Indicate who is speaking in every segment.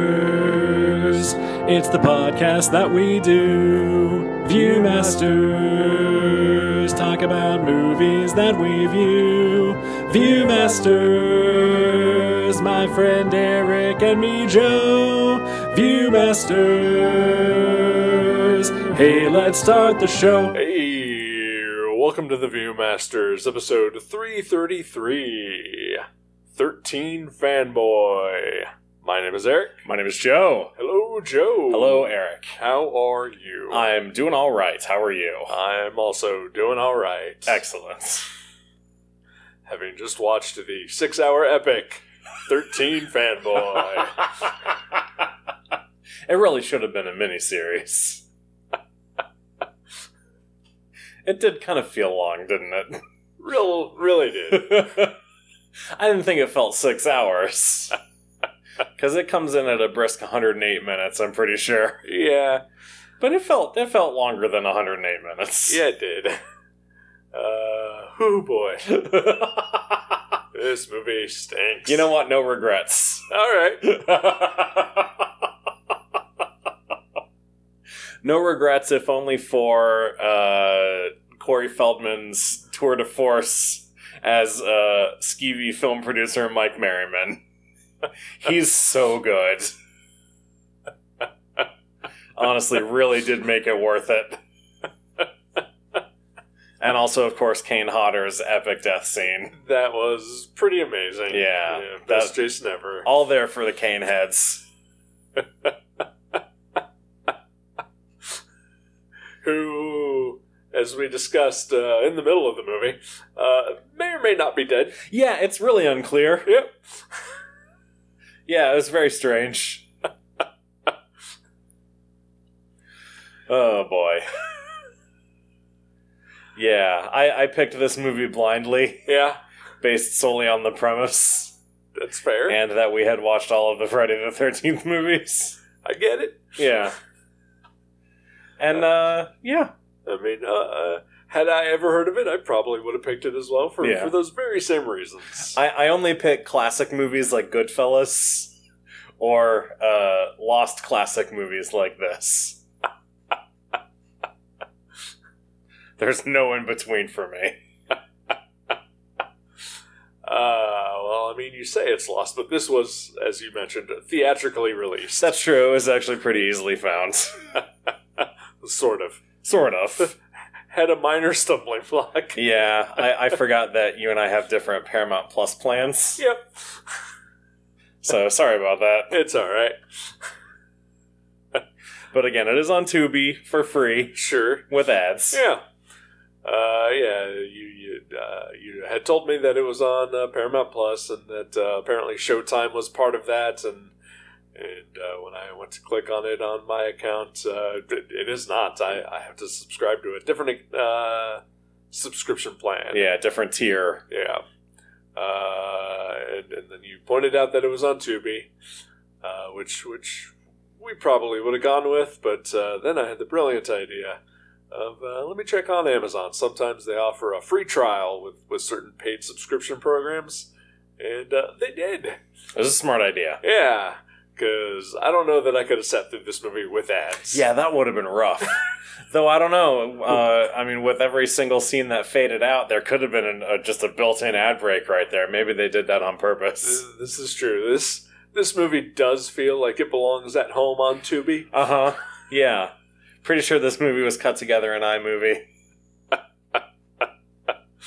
Speaker 1: Viewmasters. It's the podcast that we do. Viewmasters. Talk about movies that we view. Viewmasters. My friend Eric and me, Joe. Viewmasters. Hey, let's start the show.
Speaker 2: Hey, welcome to the Viewmasters, episode 333 13 Fanboy. My name is Eric.
Speaker 3: My name is Joe.
Speaker 2: Hello, Joe.
Speaker 3: Hello, Eric.
Speaker 2: How are you?
Speaker 3: I'm doing all right. How are you?
Speaker 2: I'm also doing alright.
Speaker 3: Excellent.
Speaker 2: Having just watched the six hour epic 13 Fanboy.
Speaker 3: it really should have been a miniseries. it did kind of feel long, didn't
Speaker 2: Real, really did.
Speaker 3: it? I didn't think it felt six hours. Because it comes in at a brisk 108 minutes, I'm pretty sure.
Speaker 2: Yeah,
Speaker 3: But it felt it felt longer than 108 minutes.
Speaker 2: yeah, it did. Uh, oh boy. This movie stinks.
Speaker 3: you know what? No regrets.
Speaker 2: Alright.
Speaker 3: no regrets, if only for uh, Corey Feldman's tour de force as uh, skeevy film producer Mike Merriman. He's so good. Honestly, really did make it worth it. and also, of course, Kane Hodder's epic death scene.
Speaker 2: That was pretty amazing.
Speaker 3: Yeah,
Speaker 2: best
Speaker 3: that-
Speaker 2: Jason ever.
Speaker 3: All there for the Kane heads.
Speaker 2: Who, as we discussed uh, in the middle of the movie, uh, may or may not be dead.
Speaker 3: Yeah, it's really unclear.
Speaker 2: Yep.
Speaker 3: Yeah, it was very strange. oh boy. yeah, I, I picked this movie blindly,
Speaker 2: Yeah,
Speaker 3: based solely on the premise,
Speaker 2: that's fair.
Speaker 3: and that we had watched all of the Friday the Thirteenth movies.
Speaker 2: I get it.
Speaker 3: Yeah. And uh yeah.
Speaker 2: I mean, uh, uh, had I ever heard of it, I probably would have picked it as well for,
Speaker 3: Yeah.
Speaker 2: for those very same reasons.
Speaker 3: I, I only pick classic movies like Goodfellas or uh lost classic movies like this. There's no in between for me.
Speaker 2: uh, well, I mean, you say it's lost, but this was, as you mentioned, theatrically released.
Speaker 3: That's true. It was actually pretty easily found.
Speaker 2: Sort of.
Speaker 3: sort of.
Speaker 2: Had a minor stumbling block.
Speaker 3: Yeah, I, I forgot that you and I have different Paramount Plus plans.
Speaker 2: Yep,
Speaker 3: So sorry about that.
Speaker 2: it's alright.
Speaker 3: But again, it is on Tubi for free
Speaker 2: Sure.
Speaker 3: with ads.
Speaker 2: Yeah. Uh, yeah, you you, uh, you had told me that it was on uh, Paramount Plus, and that uh, apparently Showtime was part of that. And and uh, when I went to click on it on my account, uh, it, it is not. I, I have to subscribe to a different uh, subscription plan.
Speaker 3: Yeah, different tier.
Speaker 2: yeah. Uh, and, and then you pointed out that it was on Tubi, uh, which which we probably would have gone with, but uh, then I had the brilliant idea of uh, let me check on Amazon. Sometimes they offer a free trial with with certain paid subscription programs, and uh, they did.
Speaker 3: It was a smart idea.
Speaker 2: Yeah, because I don't know that I could have sat through this movie with ads.
Speaker 3: Yeah, that would have been rough. Though I don't know. Uh, I mean, with every single scene that faded out, there could have been an, uh, just a built-in ad break right there. Maybe they did that on purpose.
Speaker 2: this, this is true. This this movie does feel like it belongs at home on Tubi.
Speaker 3: Uh huh. Yeah. Pretty sure this movie was cut together in iMovie.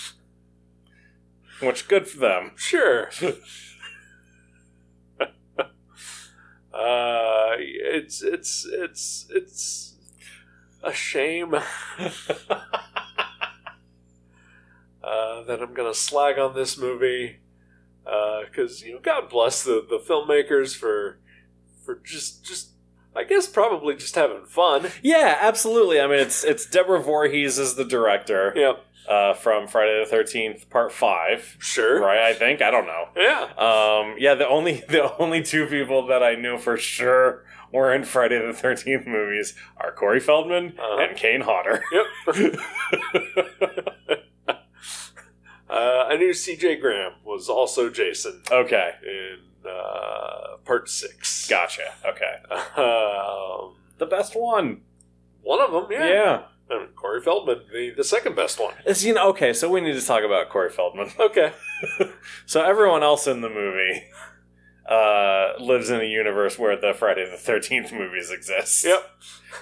Speaker 3: Which good for them.
Speaker 2: Sure. uh, it's it's it's it's a shame uh, that I'm gonna slag on this movie because you know God bless the the filmmakers for for just just I guess probably just having fun.
Speaker 3: Yeah, absolutely. I mean, it's it's Deborah Voorhees is the director
Speaker 2: Yeah,
Speaker 3: uh, from Friday the Thirteenth Part Five,
Speaker 2: sure.
Speaker 3: right? I think I don't know.
Speaker 2: Yeah.
Speaker 3: Um, yeah, the only the only two people that I knew for sure were in Friday the Thirteenth movies are Corey Feldman
Speaker 2: Uh-huh.
Speaker 3: and Kane Hodder.
Speaker 2: Yep. uh, I knew C.J. Graham was also Jason.
Speaker 3: Okay,
Speaker 2: and uh, part six.
Speaker 3: Gotcha. Okay.
Speaker 2: Um,
Speaker 3: The best one.
Speaker 2: one of them, yeah.
Speaker 3: Yeah.
Speaker 2: And Corey Feldman, the, the second best one.
Speaker 3: It's, you know, okay, so we need to talk about Corey Feldman.
Speaker 2: Okay.
Speaker 3: So everyone else in the movie uh, lives in a universe where the Friday the 13th movies exist.
Speaker 2: Yep.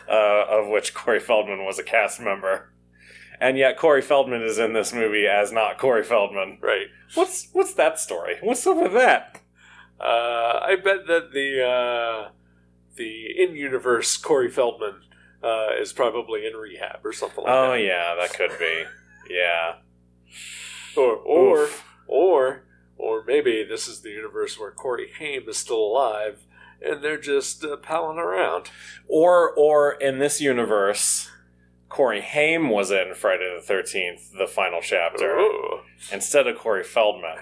Speaker 3: Uh, of which Corey Feldman was a cast member. And yet Corey Feldman is in this movie as not Corey Feldman.
Speaker 2: Right.
Speaker 3: What's what's that story? What's up with that?
Speaker 2: Uh, I bet that the uh, the in universe Corey Feldman uh, is probably in rehab or something like
Speaker 3: Oh
Speaker 2: that.
Speaker 3: yeah, that could be. Yeah.
Speaker 2: Or or
Speaker 3: Oof.
Speaker 2: or or maybe this is the universe where Corey Haim is still alive and they're just uh, palling around.
Speaker 3: Or or in this universe, Corey Haim was in Friday the Thirteenth, the final chapter,
Speaker 2: Oh,
Speaker 3: instead of Corey Feldman.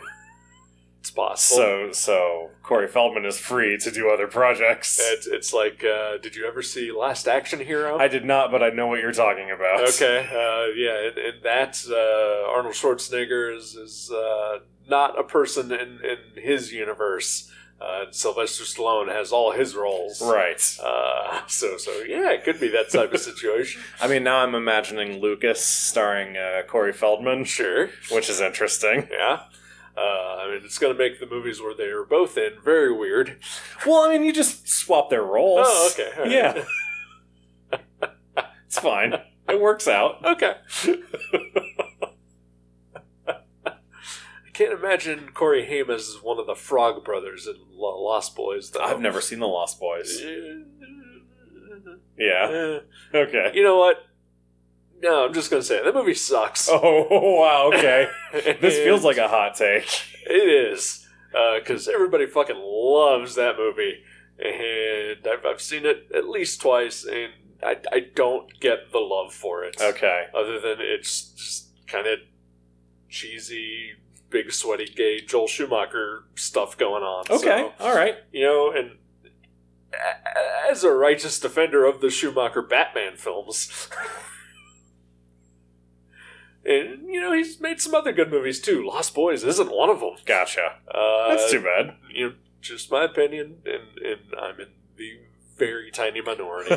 Speaker 2: it's possible.
Speaker 3: So so Corey Feldman is free to do other projects.
Speaker 2: it's, it's like, uh, did you ever see Last Action Hero?
Speaker 3: I did not, but I know what you're talking about.
Speaker 2: Okay, uh, yeah, and, and that uh, Arnold Schwarzenegger is, is uh, not a person in, in his universe. Uh, Sylvester Stallone has all his roles,
Speaker 3: Right.
Speaker 2: Uh, so, so yeah, it could be that type of situation.
Speaker 3: I mean, now I'm imagining Lucas starring uh, Corey Feldman,
Speaker 2: Sure,
Speaker 3: which is interesting.
Speaker 2: yeah. Uh, I mean, it's going to make the movies where they are both in very weird.
Speaker 3: Well, I mean, you just swap their roles.
Speaker 2: Oh, okay, all right.
Speaker 3: Yeah. it's fine. It works out.
Speaker 2: Okay. I can't imagine Corey Haim as one of the Frog Brothers in Lo- Lost Boys. Though.
Speaker 3: I've never seen The Lost Boys.
Speaker 2: Uh,
Speaker 3: Yeah. Okay.
Speaker 2: you know what? No, I'm just gonna say it. that movie sucks.
Speaker 3: Oh wow. Okay. This feels
Speaker 2: And
Speaker 3: like a hot take.
Speaker 2: it is because everybody fucking loves that movie, and I've, I've seen it at least twice, and I, I don't get the love for it.
Speaker 3: Okay.
Speaker 2: Other than it's just kind of cheesy, big sweaty gay Joel Schumacher stuff going on. So,
Speaker 3: Okay. All right.
Speaker 2: you know, and a- as a righteous defender of the Schumacher Batman films, and you know, he's made some other good movies too. Lost Boys isn't one of them.
Speaker 3: Gotcha.
Speaker 2: Uh,
Speaker 3: That's too bad.
Speaker 2: you know, just my opinion, and, and I'm in the very tiny minority.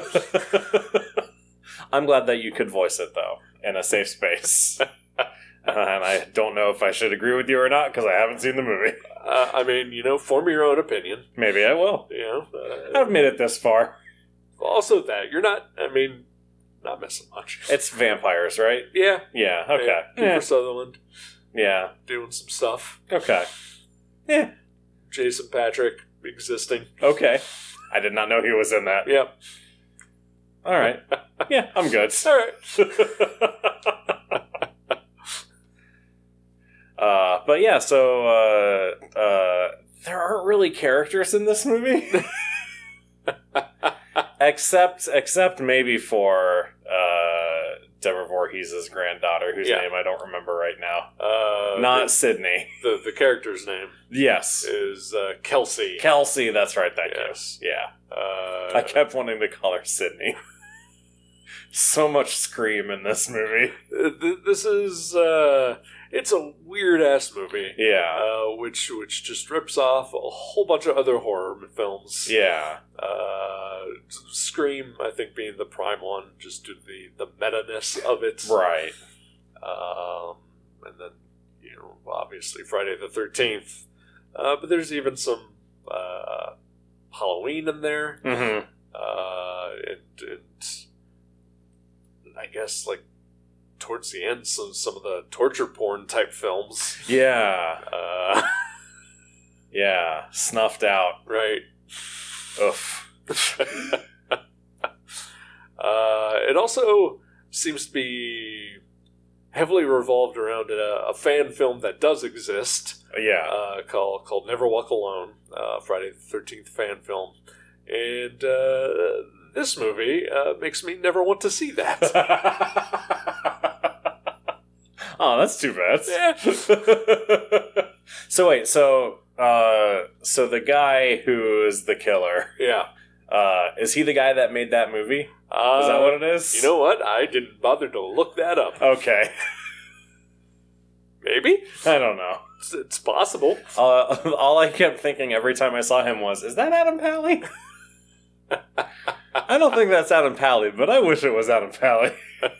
Speaker 3: I'm glad that you could voice it though in a safe space. and I don't know if I should agree with you or not because I haven't seen the movie.
Speaker 2: uh, I mean, you know, form your own opinion.
Speaker 3: Maybe I will.
Speaker 2: You know, uh,
Speaker 3: I've made it this far.
Speaker 2: also that you're not. I mean, not missing much.
Speaker 3: It's vampires, right?
Speaker 2: yeah.
Speaker 3: Yeah. Okay.
Speaker 2: yeah, Kiefer
Speaker 3: Yeah.
Speaker 2: Sutherland
Speaker 3: Yeah.
Speaker 2: doing some stuff.
Speaker 3: Okay.
Speaker 2: Jason Patrick existing.
Speaker 3: Okay. I did not know he was in that.
Speaker 2: Yep.
Speaker 3: All right. Yeah, I'm good.
Speaker 2: All right.
Speaker 3: uh, but yeah, so uh, uh, there aren't really characters in this movie, except except maybe for uh, Deborah Voorhees' granddaughter, whose
Speaker 2: Yeah.
Speaker 3: name I don't remember right now.
Speaker 2: Uh,
Speaker 3: Not Sydney.
Speaker 2: the, the the character's name
Speaker 3: Yes,
Speaker 2: is uh, Kelsey.
Speaker 3: Kelsey. That's right. Thank
Speaker 2: Yes.
Speaker 3: you. Yeah,
Speaker 2: Uh,
Speaker 3: I kept wanting to call her Sydney. so much scream in this movie.
Speaker 2: th- this is uh, it's a weird ass movie,
Speaker 3: Yeah.
Speaker 2: uh, which which just rips off a whole bunch of other horror m- films.
Speaker 3: Yeah.
Speaker 2: Uh, Scream, I think, being the prime one, just due to the the meta ness of it.
Speaker 3: Right.
Speaker 2: Um, and then, you know, obviously Friday the 13th. Uh, but there's even some uh, Halloween in there.
Speaker 3: hmm
Speaker 2: Uh, and, and I guess, like, towards the end, some, some of the torture porn type films.
Speaker 3: Yeah,
Speaker 2: Uh,
Speaker 3: yeah, snuffed out.
Speaker 2: right.
Speaker 3: Oof.
Speaker 2: Uh, it also seems to be heavily revolved around a, a fan film that does exist.
Speaker 3: Yeah,
Speaker 2: uh, called called Never Walk Alone, uh, Friday the Thirteenth fan film, and uh, this movie uh, makes me never want to see that.
Speaker 3: oh, that's too bad.
Speaker 2: Yeah.
Speaker 3: so wait, so uh, so the guy who is the killer
Speaker 2: yeah,
Speaker 3: uh, is he the guy that made that movie? Is
Speaker 2: uh,
Speaker 3: that what it is? Uh,
Speaker 2: You know what? I didn't bother to look that up.
Speaker 3: Okay,
Speaker 2: Maybe
Speaker 3: I don't know.
Speaker 2: It's, it's possible.
Speaker 3: Uh, all I kept thinking every time I saw him was, "Is that Adam Pally?" I don't think that's Adam Pally, but I wish it was Adam Pally.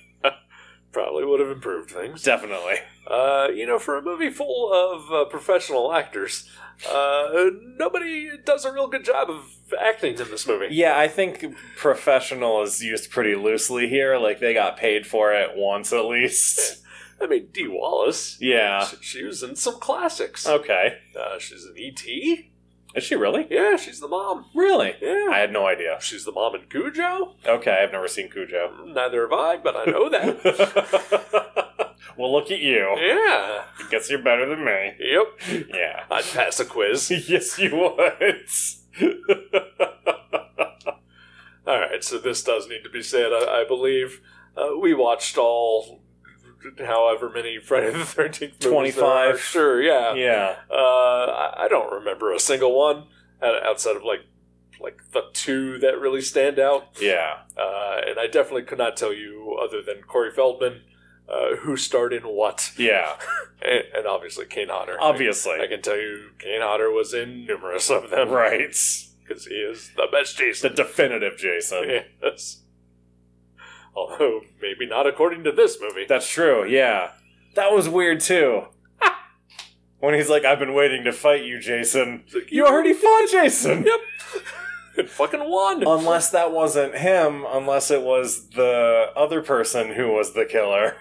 Speaker 2: Probably would have improved things.
Speaker 3: Definitely.
Speaker 2: Uh, you know, for a movie full of uh, professional actors, uh, nobody does a real good job of acting in this movie.
Speaker 3: Yeah, I think professional is used pretty loosely here. Like they got paid for it once at least.
Speaker 2: I mean, Dee Wallace.
Speaker 3: Yeah. Oh.
Speaker 2: She, she was in some classics.
Speaker 3: Okay.
Speaker 2: Uh, she's in E.T.
Speaker 3: Is she really?
Speaker 2: Yeah, she's the mom.
Speaker 3: Really? I
Speaker 2: Yeah.
Speaker 3: had no idea.
Speaker 2: She's the mom in Cujo. Mm,
Speaker 3: Okay, I've never seen Cujo.
Speaker 2: Neither have I, but I know that.
Speaker 3: well, look at you.
Speaker 2: yeah.
Speaker 3: I guess you're better than me.
Speaker 2: Yep.
Speaker 3: Yeah.
Speaker 2: I'd pass a quiz.
Speaker 3: yes, you would.
Speaker 2: All right, so this does need to be said, I, I believe. Uh, we watched all however many Friday the 13th movies. there are.
Speaker 3: 25.
Speaker 2: Sure, yeah.
Speaker 3: yeah.
Speaker 2: Uh, I, I don't remember a single one uh, outside of like like the two that really stand out.
Speaker 3: Yeah.
Speaker 2: Uh, and I definitely could not tell you, other than Corey Feldman, uh, who starred in what.
Speaker 3: Yeah.
Speaker 2: And, and obviously Kane Hodder.
Speaker 3: Obviously.
Speaker 2: I can tell you Kane Hodder was in numerous of them.
Speaker 3: right.
Speaker 2: Because he is the best
Speaker 3: The
Speaker 2: Jason.
Speaker 3: definitive Jason.
Speaker 2: yes. Although, maybe not according to this movie.
Speaker 3: That's true. Yeah. That was weird too. when he's like, "I've been waiting to fight you, Jason."
Speaker 2: It's like,
Speaker 3: You already fought Jason.
Speaker 2: It fucking won!
Speaker 3: unless that wasn't him, unless it was the other person who was the killer.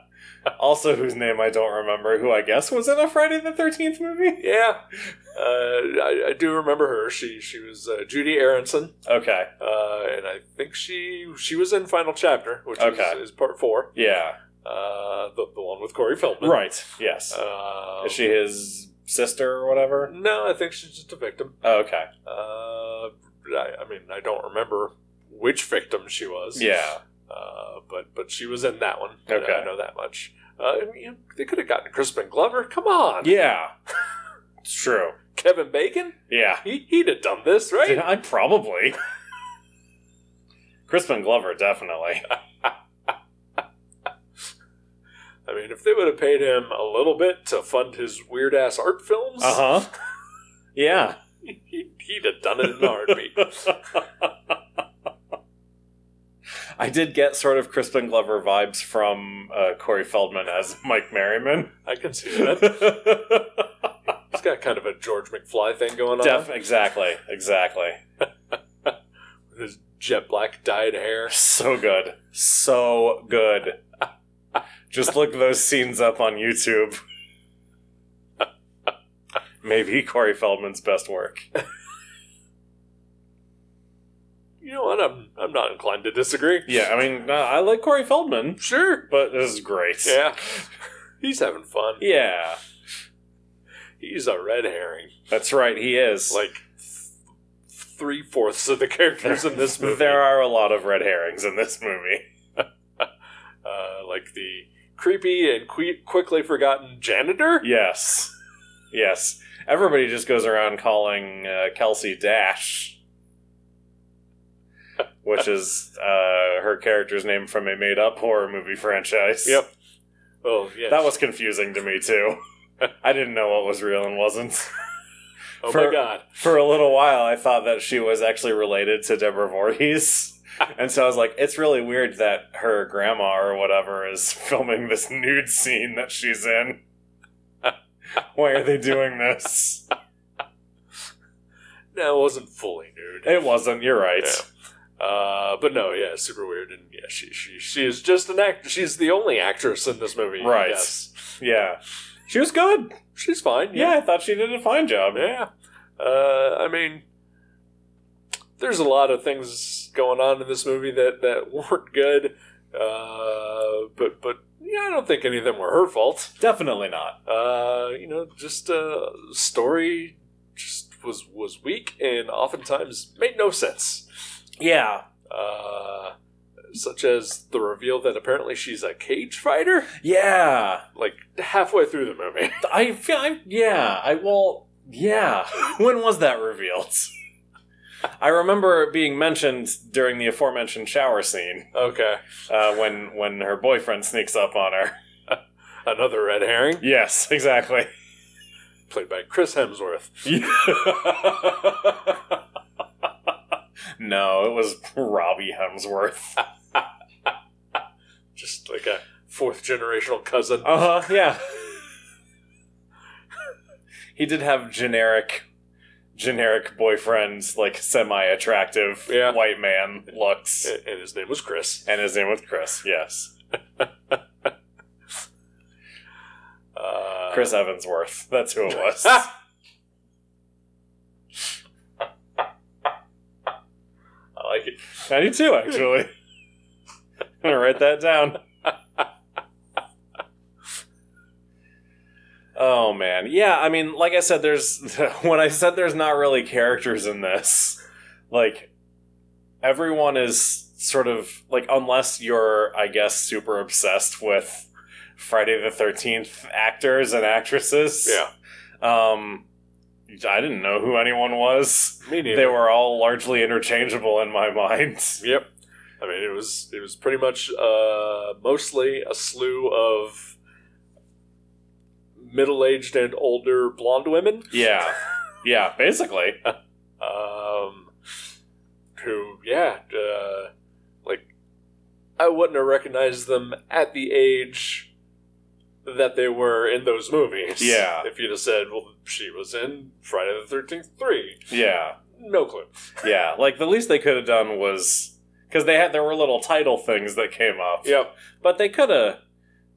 Speaker 3: also, whose name I don't remember, who I guess was in a Friday the 13th movie?
Speaker 2: yeah. Uh, I, I do remember her. She she was uh, Judy Aronson,
Speaker 3: Okay.
Speaker 2: uh, and I think she she was in Final Chapter, which
Speaker 3: Okay.
Speaker 2: is, is part four,
Speaker 3: Yeah.
Speaker 2: uh, the, the one with Corey Feldman.
Speaker 3: Right. Yes.
Speaker 2: Uh,
Speaker 3: Is she his sister or whatever?
Speaker 2: No, I think she's just a victim.
Speaker 3: Oh, okay.
Speaker 2: Uh, I, I mean, I don't remember which victim she was.
Speaker 3: Yeah.
Speaker 2: Uh, but but she was in that one.
Speaker 3: Okay.
Speaker 2: I know that much. Uh, I mean, they could have gotten Crispin Glover. Come on,
Speaker 3: Yeah. it's true.
Speaker 2: Kevin Bacon.
Speaker 3: Yeah.
Speaker 2: He, he'd have done this, right?
Speaker 3: I probably. Crispin Glover, definitely.
Speaker 2: I mean, if they would have paid him a little bit to fund his weird ass art films,
Speaker 3: Uh huh. Yeah.
Speaker 2: he, he'd have done it in a heartbeat.
Speaker 3: I did get sort of Crispin Glover vibes from uh, Corey Feldman as Mike Merriman.
Speaker 2: I can see that.
Speaker 3: Def-
Speaker 2: He's got kind of a George McFly thing going on.
Speaker 3: exactly, exactly.
Speaker 2: with his jet black dyed hair.
Speaker 3: So good, so good. Just look those scenes up on YouTube. Maybe Corey Feldman's best work.
Speaker 2: You know what? I'm I'm not inclined to disagree.
Speaker 3: Yeah, I mean, uh, I like Corey Feldman,
Speaker 2: Sure.
Speaker 3: but this is great.
Speaker 2: Yeah. He's having fun.
Speaker 3: yeah,
Speaker 2: He's a red herring.
Speaker 3: that's right. He is
Speaker 2: Like three fourths of the characters in this movie.
Speaker 3: There are a lot of red herrings in this movie.
Speaker 2: uh, like the creepy and que- quickly forgotten janitor.
Speaker 3: Yes. Yes. Everybody just goes around calling uh, Kelsey Dash, which is uh, her character's name from a made up horror movie franchise.
Speaker 2: Yep. Oh yeah.
Speaker 3: That was confusing to me, too. I didn't know what was real and wasn't.
Speaker 2: Oh
Speaker 3: for-
Speaker 2: my god.
Speaker 3: For a little while, I thought that she was actually related to Deborah Voorhees. And so I was like, it's really weird that her grandma or whatever is filming this nude scene that she's in. Why are they doing this?
Speaker 2: No, it wasn't fully nude.
Speaker 3: It wasn't. You're right.
Speaker 2: Uh, but no, yeah, super weird, and yeah, she she she is just an act. She's the only actress in this movie,
Speaker 3: Right.
Speaker 2: Yes,
Speaker 3: Yeah. She was good.
Speaker 2: she's fine.
Speaker 3: Yeah.
Speaker 2: Yeah,
Speaker 3: I thought she did a fine job.
Speaker 2: yeah. Uh, I mean, there's a lot of things going on in this movie that that weren't good. Uh, but but yeah, I don't think any of them were her fault.
Speaker 3: Definitely not.
Speaker 2: Uh, you know, just uh, story just was was weak and oftentimes made no sense.
Speaker 3: Yeah.
Speaker 2: uh, such as the reveal that apparently she's a cage fighter,
Speaker 3: Yeah.
Speaker 2: like halfway through the movie.
Speaker 3: I feel. I, yeah. I well. Yeah. when was that revealed? I remember it being mentioned during the aforementioned shower scene
Speaker 2: okay,
Speaker 3: uh, when when her boyfriend sneaks up on her.
Speaker 2: another red herring.
Speaker 3: Yes, exactly.
Speaker 2: played by Chris Hemsworth.
Speaker 3: no, it was Robbie Hemsworth.
Speaker 2: Just like a fourth generational cousin.
Speaker 3: Uh huh. Yeah. he did have generic, generic boyfriends, like semi-attractive
Speaker 2: Yeah.
Speaker 3: white man looks,
Speaker 2: A- And his name was Chris.
Speaker 3: and his name was Chris. Yes,
Speaker 2: Uh,
Speaker 3: Chris Evansworth. That's who it was.
Speaker 2: I like it.
Speaker 3: Ninety-two, actually. I'm gonna write that down. Oh man, yeah. I mean, like I said, there's when I said there's not really characters in this. Like everyone is sort of like unless you're, I guess, super obsessed with Friday the Thirteenth actors and actresses.
Speaker 2: Yeah.
Speaker 3: Um, I didn't know who anyone was.
Speaker 2: Me neither.
Speaker 3: They were all largely interchangeable in my mind.
Speaker 2: Yep. I mean, it was it was pretty much uh, mostly a slew of middle-aged and older blonde women,
Speaker 3: Yeah. Yeah, basically.
Speaker 2: um, who, yeah, uh, like I wouldn't have recognized them at the age that they were in those movies.
Speaker 3: Yeah.
Speaker 2: If you'd have said, "Well, she was in Friday the Thirteenth Three,"
Speaker 3: Yeah.
Speaker 2: no clue.
Speaker 3: Yeah. Like the least they could have done was because they had there were little title things that came up.
Speaker 2: Yep.
Speaker 3: But they could have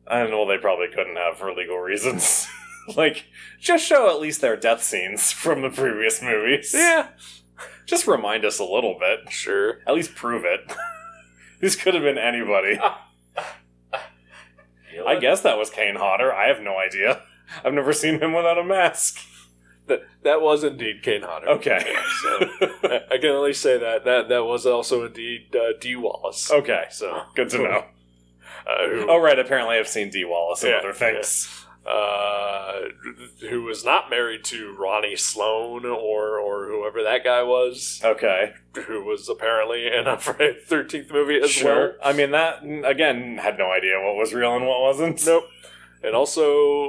Speaker 3: I don't know, they probably couldn't have for legal reasons. like, just show at least their death scenes from the previous movies.
Speaker 2: Yeah.
Speaker 3: Just remind us a little bit.
Speaker 2: Sure.
Speaker 3: At least prove it. this could have been anybody. I guess that was Kane Hodder. I have no idea. I've never seen him without a mask.
Speaker 2: That that was indeed Kane Hodder.
Speaker 3: Okay.
Speaker 2: So I I can only say that that that was also indeed uh, D Wallace.
Speaker 3: Okay.
Speaker 2: So
Speaker 3: Good to know.
Speaker 2: uh, who,
Speaker 3: Oh right, apparently I've seen D Wallace and
Speaker 2: Yeah,
Speaker 3: other things.
Speaker 2: uh, who was not married to Ronnie Sloan or or whoever that guy was,
Speaker 3: Okay,
Speaker 2: who was apparently in a Friday Thirteenth movie as well.
Speaker 3: sure. I mean that again had no idea what was real and what wasn't.
Speaker 2: Nope. And also,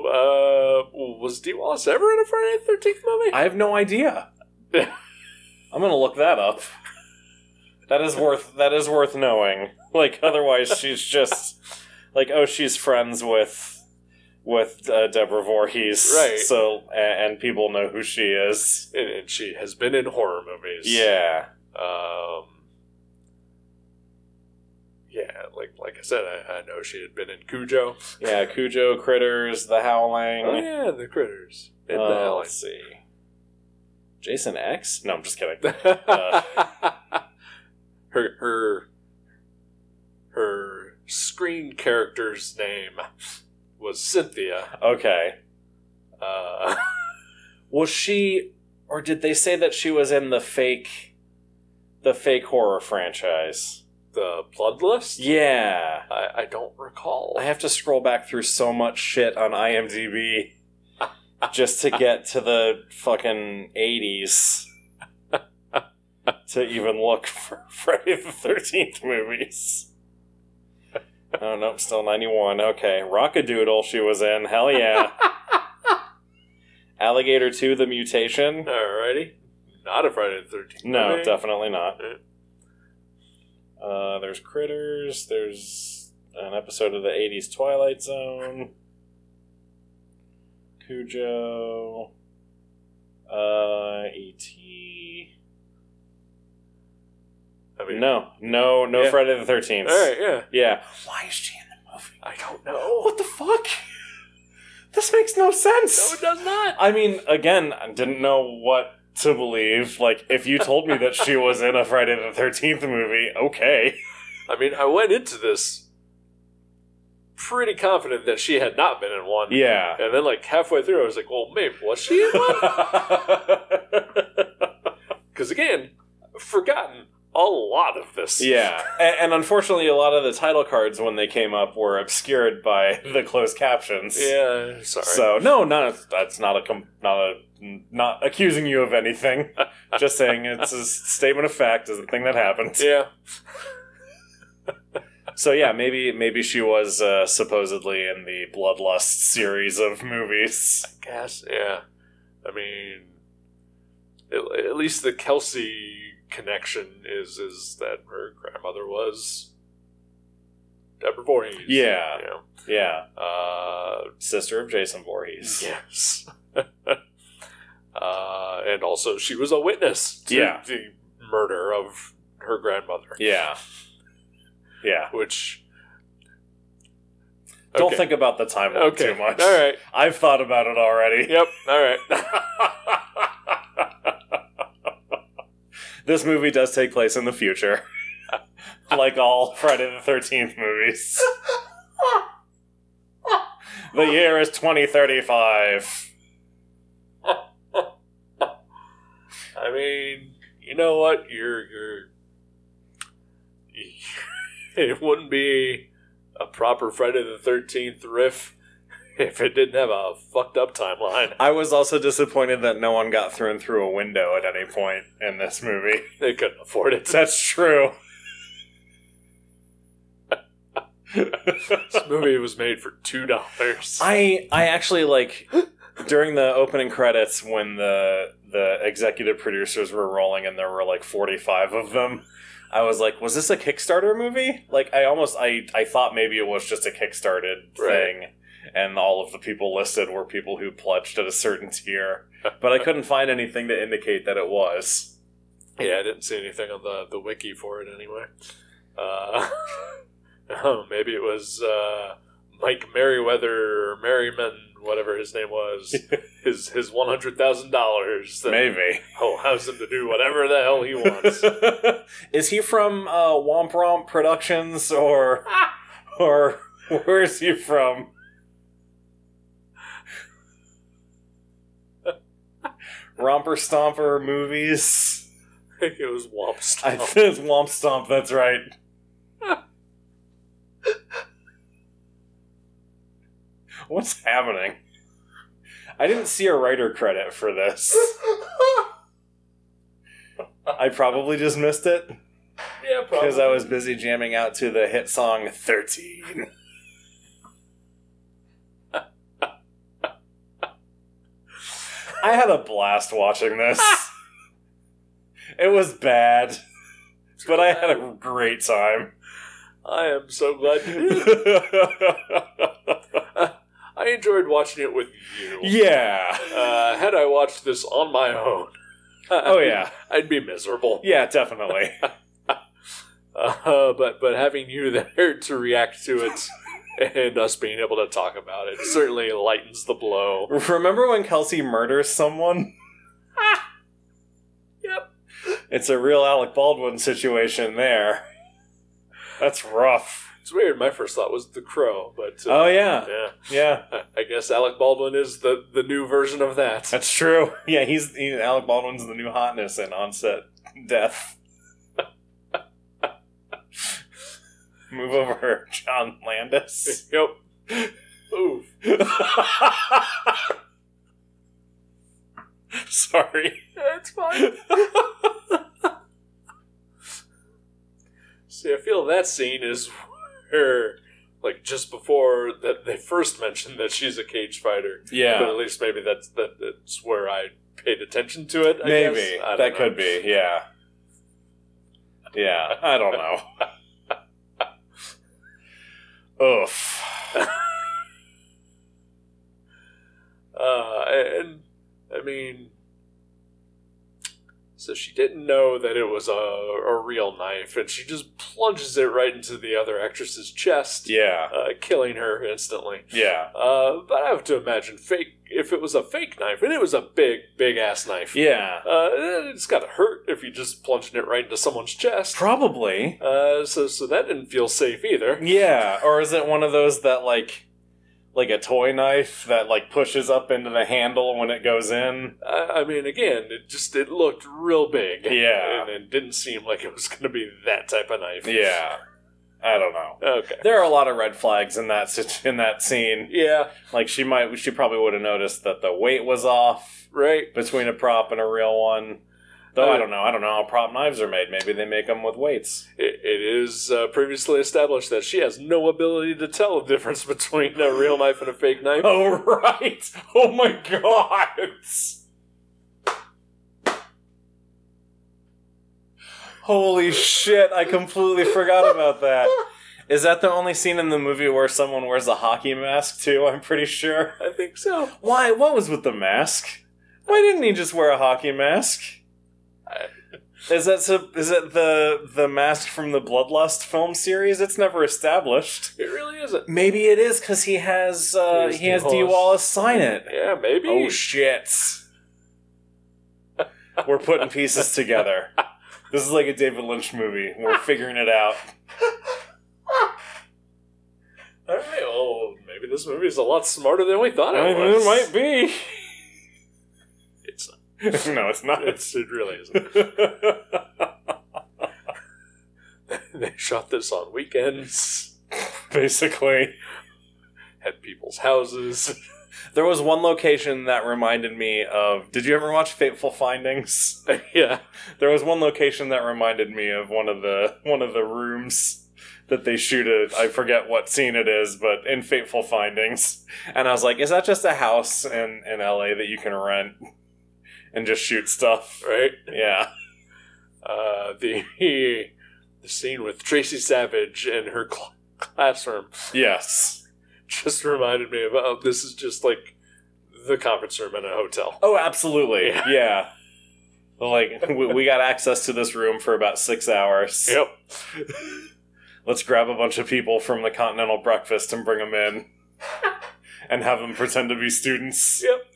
Speaker 2: uh, was D Wallace ever in a Friday the Thirteenth movie?
Speaker 3: I have no idea. I'm gonna look that up. That is worth that is worth knowing. Like otherwise, she's just like oh, she's friends with with uh, Deborah Voorhees,
Speaker 2: Right.
Speaker 3: So a- and people know who she is.
Speaker 2: and, and she has been in horror movies.
Speaker 3: Yeah,
Speaker 2: Um, yeah, like like I said, I, I know she had been in Cujo.
Speaker 3: yeah. Cujo, critters, the howling.
Speaker 2: Oh yeah, the critters. And
Speaker 3: Uh,
Speaker 2: the Howling.
Speaker 3: let's see. Jason X? No, I'm just kidding.
Speaker 2: Uh, her her her screen character's name was Cynthia.
Speaker 3: Okay.
Speaker 2: Uh,
Speaker 3: Was she, or did they say that she was in the fake, the fake horror franchise?
Speaker 2: the Bloodlust.
Speaker 3: Yeah.
Speaker 2: I, I don't recall.
Speaker 3: I have to scroll back through so much shit on IMDb just to get to the fucking 80s to even look for Friday the 13th movies. Oh, nope, still 91. Okay. Rockadoodle, she was in. Hell yeah. Alligator 2, The Mutation.
Speaker 2: Alrighty, not a Friday the Thirteenth.
Speaker 3: No, definitely not. Uh, there's Critters. There's an episode of the 80s Twilight Zone. Cujo. Uh, E.T.
Speaker 2: I mean,
Speaker 3: No, no, no
Speaker 2: Yeah.
Speaker 3: Friday the 13th.
Speaker 2: All right, yeah.
Speaker 3: Yeah. Why is she in the movie?
Speaker 2: I don't know.
Speaker 3: What the fuck? This makes no sense.
Speaker 2: No, it does not.
Speaker 3: I mean, again, I didn't know what to believe. Like, if you told me that she was in a Friday the 13th movie, okay.
Speaker 2: I mean, I went into this pretty confident that she had not been in one.
Speaker 3: Yeah.
Speaker 2: And then, like halfway through, I was like, "Well, maybe was she in one?" Because again, I've forgotten a lot of this.
Speaker 3: yeah. And, and unfortunately, a lot of the title cards when they came up were obscured by the closed captions.
Speaker 2: Yeah. Sorry.
Speaker 3: So no, not that's not a com- not a not accusing you of anything. Just saying it's a statement of fact is the thing that happened.
Speaker 2: yeah.
Speaker 3: So yeah, maybe maybe she was uh, supposedly in the Bloodlust series of movies.
Speaker 2: Guess. Yeah. I mean, at, at least the Kelsey connection is is that her grandmother was Deborah Voorhees.
Speaker 3: Yeah.
Speaker 2: You know?
Speaker 3: Yeah,
Speaker 2: Uh,
Speaker 3: sister of Jason Voorhees.
Speaker 2: yes. uh, and also, she was a witness to
Speaker 3: Yeah.
Speaker 2: the murder of her grandmother,
Speaker 3: Yeah. Yeah.
Speaker 2: which.
Speaker 3: Don't
Speaker 2: Okay.
Speaker 3: think about the timeline
Speaker 2: okay.
Speaker 3: too much.
Speaker 2: All right.
Speaker 3: I've thought about it already.
Speaker 2: Yep. All right.
Speaker 3: This movie does take place in the future. like all Friday the 13th movies. the year is 2035.
Speaker 2: I mean, you know what? You're you're. It wouldn't be a proper Friday the Thirteenth riff if it didn't have a fucked up timeline.
Speaker 3: I was also disappointed that no one got thrown through a window at any point in this movie.
Speaker 2: They couldn't afford it.
Speaker 3: That's true.
Speaker 2: This movie was made for two dollars.
Speaker 3: I I actually like during the opening credits when the the executive producers were rolling and there were like 45 of them. I was like, was this a Kickstarter movie? Like I almost I I thought maybe it was just a Kickstarted
Speaker 2: Right.
Speaker 3: thing and all of the people listed were people who pledged at a certain tier, but I couldn't find anything to indicate that it was.
Speaker 2: Yeah, I didn't see anything on the, the wiki for it anyway. Uh, oh, maybe it was uh, Mike Merriweather or Merriman, whatever his name was, his his one hundred thousand dollars that oh,
Speaker 3: Maybe.
Speaker 2: allows him to do whatever the hell he wants.
Speaker 3: is he from uh, Womp Romp Productions or or where is he from? Romper Stomper movies.
Speaker 2: it was Womp Stomp.
Speaker 3: I think it's Womp Stomp. That's right. What's happening? I didn't see a writer credit for this. I probably just missed it.
Speaker 2: yeah, probably.
Speaker 3: Because I was busy jamming out to the hit song 13. I had a blast watching this.
Speaker 2: Ah!
Speaker 3: it was bad, but I had a great time.
Speaker 2: I am so glad you did. I enjoyed watching it with you.
Speaker 3: yeah.
Speaker 2: Uh, had I watched this on my own,
Speaker 3: Oh, yeah.
Speaker 2: I'd be miserable.
Speaker 3: Yeah, definitely.
Speaker 2: Uh, but but having you there to react to it and us being able to talk about it certainly lightens the blow.
Speaker 3: Remember when Kelsey murders someone?
Speaker 2: Ah! Yep.
Speaker 3: It's a real Alec Baldwin situation there. That's rough.
Speaker 2: It's weird. My first thought was The Crow, but uh,
Speaker 3: Oh yeah,
Speaker 2: yeah,
Speaker 3: yeah,
Speaker 2: I guess Alec Baldwin is the the new version of that.
Speaker 3: that's true. Yeah, he's he, Alec Baldwin's the new hotness in onset death. Move over, John Landis.
Speaker 2: yep. Ooh.
Speaker 3: Sorry.
Speaker 2: That's fine. See, I feel that scene is where, like, just before that they first mentioned that she's a cage fighter. But at least maybe that's that, that's where I paid attention to it. I
Speaker 3: maybe
Speaker 2: guess. I don't
Speaker 3: that
Speaker 2: know.
Speaker 3: could be. Yeah, yeah. I don't know. Oof.
Speaker 2: Uh, and I mean, so she didn't know that it was a a real knife, and she just plunges it right into the other actress's chest,
Speaker 3: Yeah,
Speaker 2: uh, killing her instantly.
Speaker 3: yeah,
Speaker 2: Uh, but I have to imagine fake if it was a fake knife, and it was a big, big ass knife.
Speaker 3: yeah.
Speaker 2: Uh, it's gotta hurt if you're just plunging it right into someone's chest.
Speaker 3: Probably.
Speaker 2: Uh, so so that didn't feel safe either.
Speaker 3: Yeah, or is it one of those that like like a toy knife that like pushes up into the handle when it goes in?
Speaker 2: I, I mean, again, it just it looked real big.
Speaker 3: Yeah.
Speaker 2: and it didn't seem like it was gonna be that type of knife.
Speaker 3: Yeah. I don't know.
Speaker 2: Okay.
Speaker 3: There are a lot of red flags in that sit- in that scene.
Speaker 2: Yeah.
Speaker 3: Like she might she probably would have noticed that the weight was off
Speaker 2: Right.
Speaker 3: between a prop and a real one. Though I
Speaker 2: Uh,
Speaker 3: don't know. I don't know how prop knives are made. Maybe they make them with weights.
Speaker 2: It, it is uh, previously established that she has no ability to tell the difference between a real knife and a fake knife.
Speaker 3: Oh right. Oh my god. Holy shit, I completely forgot about that. Is that the only scene in the movie where someone wears a hockey mask too? I'm pretty sure.
Speaker 2: I think so.
Speaker 3: Why? What was with the mask? Why didn't he just wear a hockey mask?
Speaker 2: I-
Speaker 3: Is that so, is that the the mask from the Bloodlust film series? It's never established.
Speaker 2: It really isn't.
Speaker 3: Maybe it is because he has uh,
Speaker 2: It is
Speaker 3: he has
Speaker 2: Dee
Speaker 3: D
Speaker 2: Wallace.
Speaker 3: Wallace sign it.
Speaker 2: Yeah, maybe.
Speaker 3: Oh shit! We're putting pieces together. This is like a David Lynch movie. We're figuring it out.
Speaker 2: All right. Well, maybe this movie is a lot smarter than we thought it
Speaker 3: I mean,
Speaker 2: was.
Speaker 3: it might be.
Speaker 2: It's,
Speaker 3: no, it's not.
Speaker 2: it's it really isn't. they shot this on weekends,
Speaker 3: Basically,
Speaker 2: at people's houses.
Speaker 3: there was one location that reminded me of. Did you ever watch Fateful Findings?
Speaker 2: yeah.
Speaker 3: There was one location that reminded me of one of the one of the rooms that they shoot it. I forget what scene it is, but in Fateful Findings. And I was like, is that just a house in in LA that you can rent and just shoot stuff?
Speaker 2: Right.
Speaker 3: Yeah.
Speaker 2: Uh, the the scene with Tracy Savage and her cl- classroom
Speaker 3: Yes.
Speaker 2: just reminded me of oh, this is just like the conference room in a hotel.
Speaker 3: Oh, absolutely. Yeah. Like we, we got access to this room for about six hours.
Speaker 2: Yep.
Speaker 3: Let's grab a bunch of people from the Continental Breakfast and bring them in, and have them pretend to be students.
Speaker 2: Yep.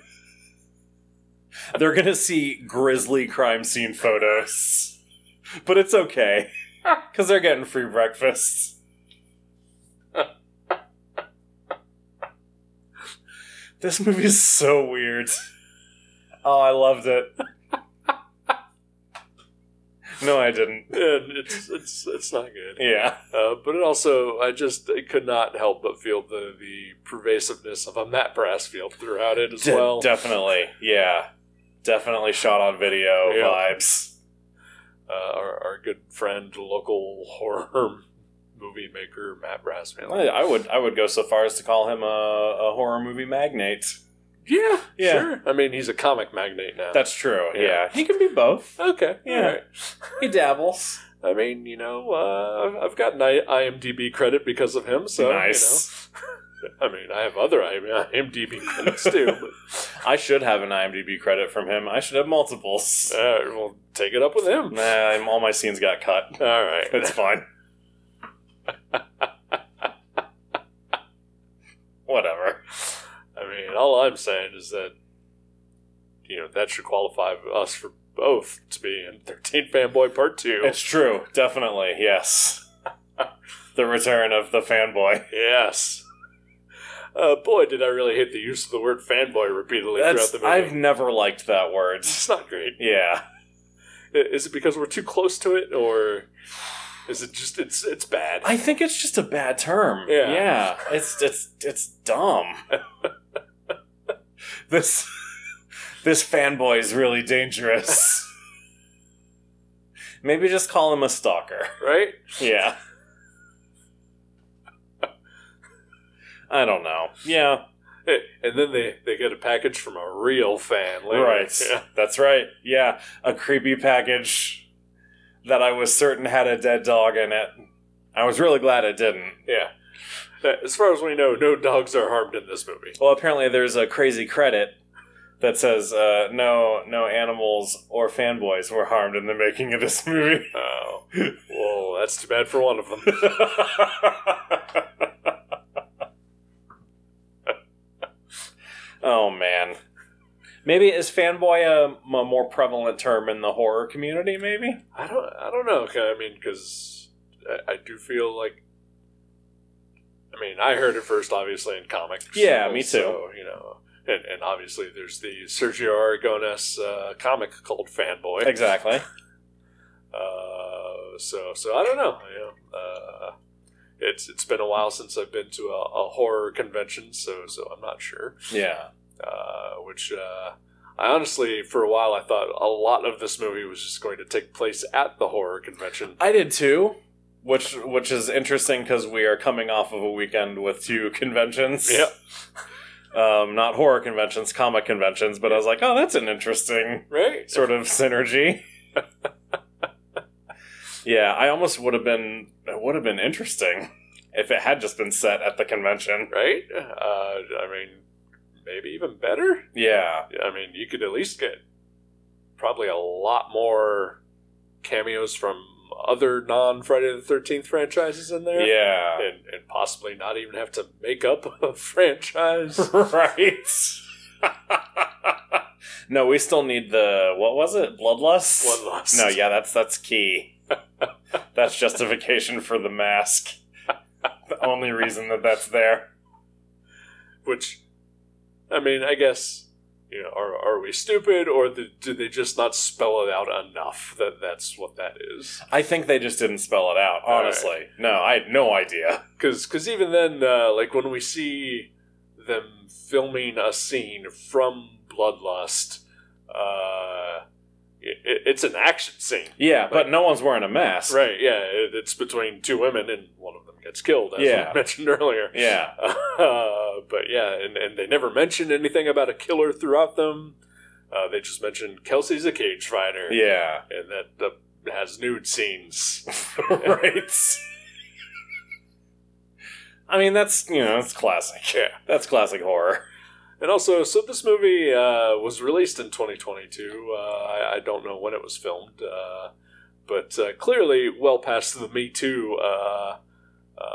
Speaker 3: They're gonna see grisly crime scene photos. But it's okay. Cause they're getting free breakfast. this movie is so weird. Oh, I loved it. No, I didn't.
Speaker 2: And it's it's it's not good.
Speaker 3: Yeah.
Speaker 2: Uh, but it also I just I could not help but feel the the pervasiveness of a Matt Brassfield throughout it as
Speaker 3: De-
Speaker 2: well.
Speaker 3: definitely. Yeah. Definitely shot on video
Speaker 2: Yeah.
Speaker 3: vibes.
Speaker 2: uh, our, our good friend, local horror movie maker Matt Brassfield.
Speaker 3: I, I would I would go so far as to call him a, a horror movie magnate.
Speaker 2: yeah,
Speaker 3: Yeah.
Speaker 2: sure. I mean, he's a comic magnate now.
Speaker 3: That's true.
Speaker 2: Yeah.
Speaker 3: Yeah. he can be both.
Speaker 2: okay.
Speaker 3: Yeah.
Speaker 2: all right.
Speaker 3: He dabbles.
Speaker 2: I mean, you know, uh, I've, I've gotten I- IMDb credit because of him. So you
Speaker 3: nice.
Speaker 2: know. I mean, I have other I- IMDb credits too. But,
Speaker 3: I should have an IMDb credit from him. I should have multiples.
Speaker 2: uh, we'll take it up with him.
Speaker 3: nah, I'm- all my scenes got cut.
Speaker 2: All right.
Speaker 3: It's fine. Whatever.
Speaker 2: I mean, all I'm saying is that you know that should qualify us for both to be in 13 Fanboy Part Two.
Speaker 3: It's true. Definitely. Yes. the return of the fanboy.
Speaker 2: Yes. Uh, boy, did I really hate the use of the word fanboy repeatedly
Speaker 3: That's,
Speaker 2: throughout the movie.
Speaker 3: I've never liked that word.
Speaker 2: It's not great.
Speaker 3: Yeah.
Speaker 2: I- Is it because we're too close to it, or is it just it's it's bad?
Speaker 3: I think it's just a bad term.
Speaker 2: Yeah.
Speaker 3: yeah. It's it's it's dumb. this this fanboy is really dangerous. Maybe just call him a stalker.
Speaker 2: right?
Speaker 3: Yeah. I don't know. Yeah,
Speaker 2: Eh, And then they they get a package from a real fan later.
Speaker 3: right.
Speaker 2: Yeah.
Speaker 3: That's right. Yeah, a creepy package that I was certain had a dead dog in it. I was really glad it didn't.
Speaker 2: yeah. Uh, As far as we know, no dogs are harmed in this movie.
Speaker 3: Well, apparently there's a crazy credit that says uh, no no animals or fanboys were harmed in the making of this movie.
Speaker 2: Oh, well, that's too bad for one of them.
Speaker 3: oh man. Maybe is fanboy a, a more prevalent term in the horror community? Maybe
Speaker 2: I don't. I don't know. 'cause- I mean, because I, I do feel like. I mean, I heard it first, obviously, in comics.
Speaker 3: Yeah, me
Speaker 2: So, you know, and, and obviously, there's the Sergio Aragones uh, comic called Fanboy.
Speaker 3: exactly.
Speaker 2: Uh, so, so I don't know. You know uh, it's it's been a while since I've been to a, a horror convention, so so I'm not sure.
Speaker 3: Yeah,
Speaker 2: Uh, which uh, I honestly, for a while, I thought a lot of this movie was just going to take place at the horror convention.
Speaker 3: I did too. Which which is interesting because we are coming off of a weekend with two conventions.
Speaker 2: Yep.
Speaker 3: Um, not horror conventions, comic conventions, but I was like, oh, that's an interesting
Speaker 2: Right.
Speaker 3: sort of synergy. Yeah, I almost would have been. It would have been interesting if it had just been set at the convention.
Speaker 2: right? Uh, I mean, maybe even better.
Speaker 3: Yeah,
Speaker 2: I mean, you could at least get probably a lot more cameos from other non Friday the Thirteenth franchises in there,
Speaker 3: yeah,
Speaker 2: and, and possibly not even have to make up a franchise.
Speaker 3: right. no, we still need the what was it? Bloodlust.
Speaker 2: Bloodlust.
Speaker 3: No, yeah, that's that's key. that's justification for the mask. the only reason that that's there.
Speaker 2: Which, I mean, I guess. You know, are, are we stupid, or the, do they just not spell it out enough that that's what that is?
Speaker 3: I think they just didn't spell it out.
Speaker 2: All right.
Speaker 3: Honestly, no, I had no idea.
Speaker 2: Because cause even then, uh, like when we see them filming a scene from Bloodlust, uh, it, it's an action scene.
Speaker 3: Yeah, but no one's wearing a mask.
Speaker 2: Right, yeah, it, it's between two women and one of them gets killed, as
Speaker 3: Yeah.
Speaker 2: we mentioned earlier.
Speaker 3: Yeah.
Speaker 2: Uh, but yeah, and, and they never mention anything about a killer throughout them. Uh, they just mention Kelsey's a cage fighter,
Speaker 3: Yeah.
Speaker 2: and that uh, has nude scenes.
Speaker 3: right. I mean, that's you know, that's classic.
Speaker 2: Yeah.
Speaker 3: That's classic horror.
Speaker 2: And also, so this movie uh, was released in 2022. Uh, I, I don't know when it was filmed, uh, but uh, clearly well past the Me Too uh, uh,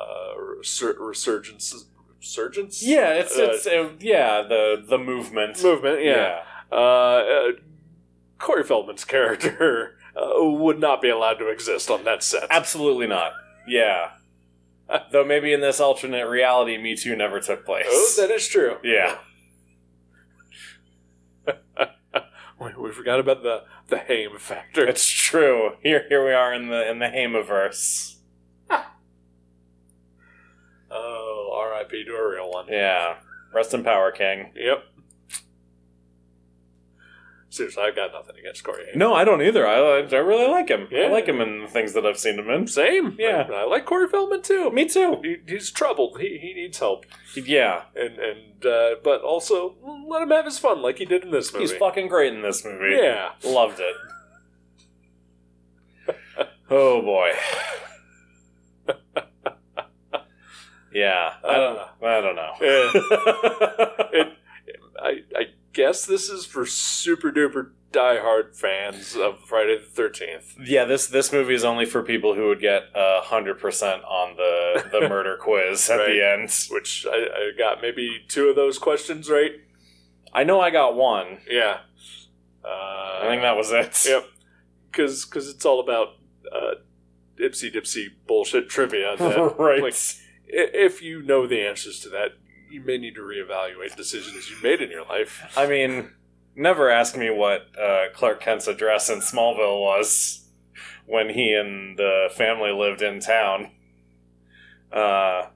Speaker 2: resur- resurgence. Resurgence?
Speaker 3: Yeah, it's
Speaker 2: Uh,
Speaker 3: it's uh, yeah the the movement.
Speaker 2: Movement, yeah.
Speaker 3: yeah.
Speaker 2: Uh, uh, Corey Feldman's character uh, would not be allowed to exist on that set.
Speaker 3: Absolutely not. Yeah. Though maybe in this alternate reality, Me Too never took place.
Speaker 2: Oh, that is true.
Speaker 3: yeah.
Speaker 2: We, we forgot about the, the Haim factor.
Speaker 3: It's true. Here, here we are in the in the Hamiverse.
Speaker 2: Oh, R.I.P. to a real one.
Speaker 3: Yeah. Rest in power, King.
Speaker 2: Yep. Seriously, I've got nothing against Corey Haim.
Speaker 3: No, I don't either. I I really like him.
Speaker 2: Yeah.
Speaker 3: I like him in the things that I've seen him in.
Speaker 2: Same.
Speaker 3: Yeah.
Speaker 2: I, I like Corey Feldman too.
Speaker 3: Me too.
Speaker 2: He, he's troubled. He, he needs help.
Speaker 3: Yeah.
Speaker 2: And and uh, but also let him have his fun like he did in this movie.
Speaker 3: He's fucking great in this movie.
Speaker 2: yeah.
Speaker 3: Loved it. oh boy. yeah, I don't, I don't
Speaker 2: Yeah.
Speaker 3: know.
Speaker 2: it, I I guess this is for super duper diehard fans of Friday the Thirteenth.
Speaker 3: yeah, this this movie is only for people who would get hundred percent on the the murder quiz at
Speaker 2: Right.
Speaker 3: the end.
Speaker 2: Which I, I got maybe two of those questions right.
Speaker 3: I know I got one.
Speaker 2: Yeah. Uh,
Speaker 3: I think that was it.
Speaker 2: Yep. Because it's all about uh, ipsy dipsy bullshit trivia. That,
Speaker 3: right.
Speaker 2: like, i- if you know the answers to that, you may need to reevaluate decisions you made in your life.
Speaker 3: I mean, never ask me what uh, Clark Kent's address in Smallville was when he and the family lived in town. Uh,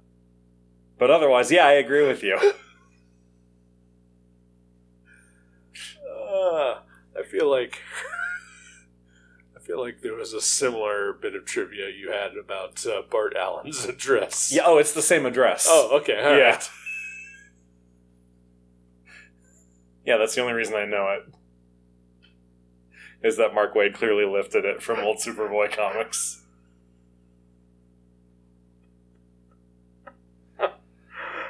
Speaker 3: but otherwise, yeah, I agree with you.
Speaker 2: Uh, I feel like I feel like there was a similar bit of trivia you had about uh, Bart Allen's address.
Speaker 3: Yeah, oh, it's the same address.
Speaker 2: Oh, okay. all
Speaker 3: yeah.
Speaker 2: right.
Speaker 3: Yeah, that's the only reason I know it. Is that Mark Wade clearly lifted it from old Superboy comics?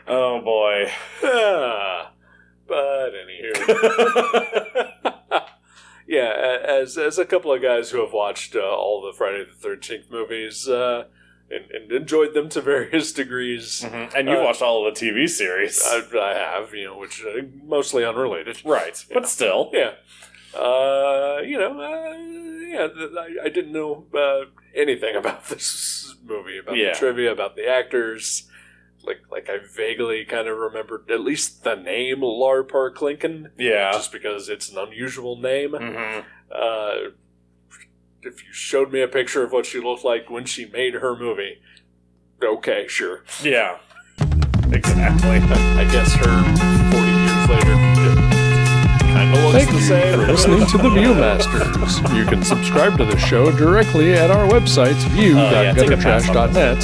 Speaker 3: Oh boy.
Speaker 2: Ah, but anywho. yeah, a- as as a couple of guys who have watched uh, all the Friday the Thirteenth movies uh, and, and enjoyed them to various degrees,
Speaker 3: Mhm. And you've
Speaker 2: Uh,
Speaker 3: watched all of the TV series.
Speaker 2: I, I have, you know, which uh, mostly unrelated,
Speaker 3: right. But still.
Speaker 2: Yeah, uh, you know, uh, yeah, th- I, I didn't know uh, anything about this movie, about
Speaker 3: Yeah.
Speaker 2: the trivia, about the actors. Like, like I vaguely kind of remembered at least the name Larpar Clinton,
Speaker 3: Yeah.
Speaker 2: just because it's an unusual name.
Speaker 3: Mhm.
Speaker 2: uh, if you showed me a picture of what she looked like when she made her movie, okay, sure.
Speaker 3: Yeah. Exactly.
Speaker 2: I guess her 40 years later kind of looks
Speaker 1: Thank
Speaker 2: the
Speaker 1: you
Speaker 2: same.
Speaker 1: for listening to The Viewmasters. You can subscribe to the show directly at our website,
Speaker 3: Oh,
Speaker 1: view.guttertrash.net,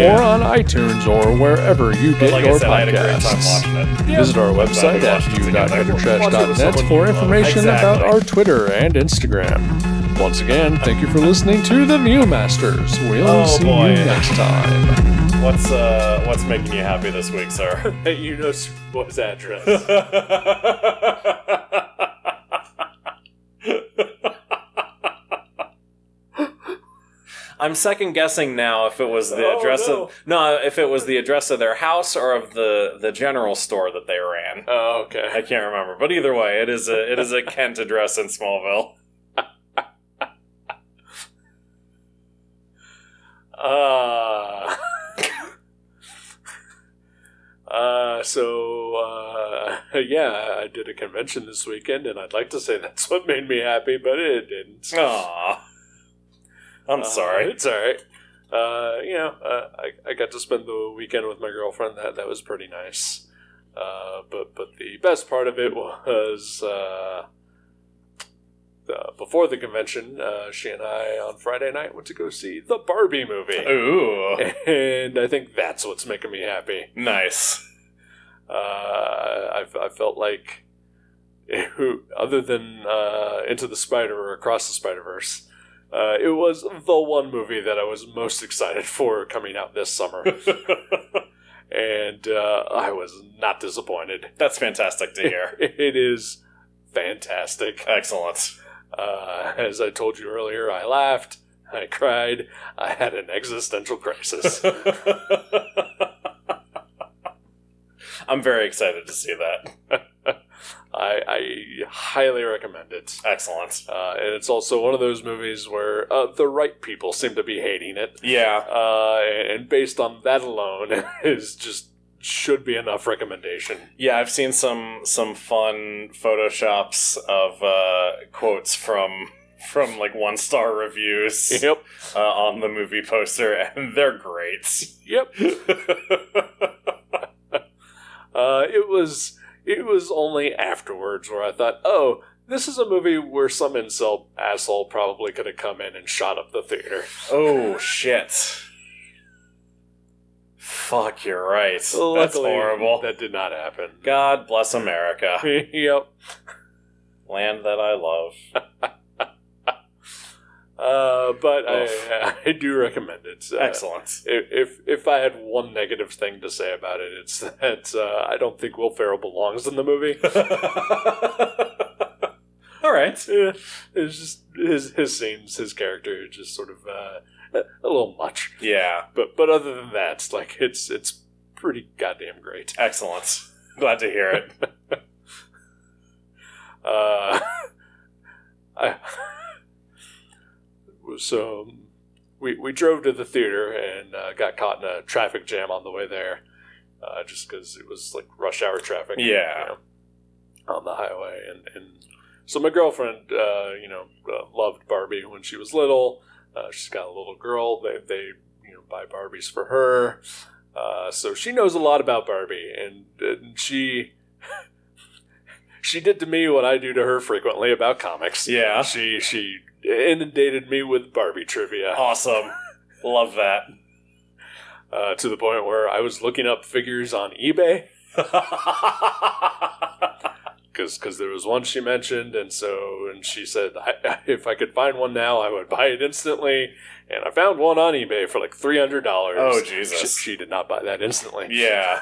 Speaker 1: or on iTunes or wherever you
Speaker 3: But
Speaker 1: get
Speaker 3: like
Speaker 1: your
Speaker 3: I said, I had a great time
Speaker 1: podcasts.
Speaker 3: watching it.
Speaker 1: Visit our website
Speaker 3: Yeah.
Speaker 1: at
Speaker 3: Watch it together.
Speaker 1: view.guttertrash.net for information
Speaker 3: Exactly.
Speaker 1: about our Twitter and Instagram. Once again, thank you for listening to The Viewmasters. We'll
Speaker 3: Oh,
Speaker 1: see
Speaker 3: boy.
Speaker 1: you next time.
Speaker 3: What's uh what's making you happy this week, sir?
Speaker 2: Hey, you know Superboy's address.
Speaker 3: I'm second guessing now if it was the
Speaker 2: Oh,
Speaker 3: address
Speaker 2: no.
Speaker 3: of no, if it was the address of their house or of the the general store that they ran.
Speaker 2: oh,
Speaker 3: I
Speaker 2: okay.
Speaker 3: can't remember, but either way, it is a it is a Kent address in Smallville.
Speaker 2: Uh, uh, so, uh, yeah, I did a convention this weekend, and I'd like to say that's what made me happy, but it didn't.
Speaker 3: Aww. I'm
Speaker 2: Uh,
Speaker 3: sorry.
Speaker 2: It's all right. Uh, you know, uh, I, I got to spend the weekend with my girlfriend. That that was pretty nice. Uh, but but the best part of it was uh, uh, before the convention. Uh, she and I on Friday night went to go see the Barbie movie,
Speaker 3: Oh. Ooh.
Speaker 2: and I think that's what's making me happy
Speaker 3: Nice.
Speaker 2: uh, I, I felt like who other than uh, Into the Spider or Across the Spider Verse, uh, it was the one movie that I was most excited for coming out this summer, and uh, I was not disappointed.
Speaker 3: That's fantastic to hear.
Speaker 2: It is fantastic.
Speaker 3: Excellent.
Speaker 2: Uh, as I told you earlier, I laughed, I cried, I had an existential crisis.
Speaker 3: I'm very excited to see that.
Speaker 2: I, I highly recommend it.
Speaker 3: Excellent.
Speaker 2: Uh, and it's also one of those movies where uh, the right people seem to be hating it.
Speaker 3: Yeah.
Speaker 2: Uh, and based on that alone, is just should be enough recommendation.
Speaker 3: Yeah, I've seen some some fun photoshops of uh, quotes from from like one star reviews
Speaker 2: Yep,
Speaker 3: uh, on the movie poster, and they're great.
Speaker 2: yep. Uh, it was it was only afterwards where I thought, oh, this is a movie where some incel asshole probably could have come in and shot up the theater.
Speaker 3: oh shit! Fuck, you're right. That's
Speaker 2: Luckily,
Speaker 3: horrible.
Speaker 2: That did not happen.
Speaker 3: God bless America.
Speaker 2: yep.
Speaker 3: land that I love.
Speaker 2: Uh, but I,
Speaker 3: Oof.
Speaker 2: I do recommend it. Uh,
Speaker 3: Excellent.
Speaker 2: if if I had one negative thing to say about it, it's that uh, I don't think Will Ferrell belongs in the movie.
Speaker 3: All right.
Speaker 2: Eh, it's just his his scenes, his character, is just sort of uh, a a little much.
Speaker 3: Yeah,
Speaker 2: But but other than that, it's like it's it's pretty goddamn great.
Speaker 3: excellent. Glad to hear it.
Speaker 2: Uh, I, so um, we we drove to the theater and uh, got caught in a traffic jam on the way there, uh, just because it was like rush hour traffic.
Speaker 3: Yeah.
Speaker 2: on the highway, and and so my girlfriend, uh, you know, uh, loved Barbie when she was little. Uh, she's got a little girl. They they you know buy Barbies for her. Uh, so she knows a lot about Barbie, and, and she she did to me what I do to her frequently about comics.
Speaker 3: Yeah.
Speaker 2: She she inundated me with Barbie trivia
Speaker 3: Awesome. Love that.
Speaker 2: uh, to the point where I was looking up figures on eBay because there was one she mentioned, and so and she said I, if I could find one now, I would buy it instantly. And I found one on eBay for like three hundred dollars.
Speaker 3: Oh, Jesus.
Speaker 2: She, she did not buy that instantly.
Speaker 3: yeah.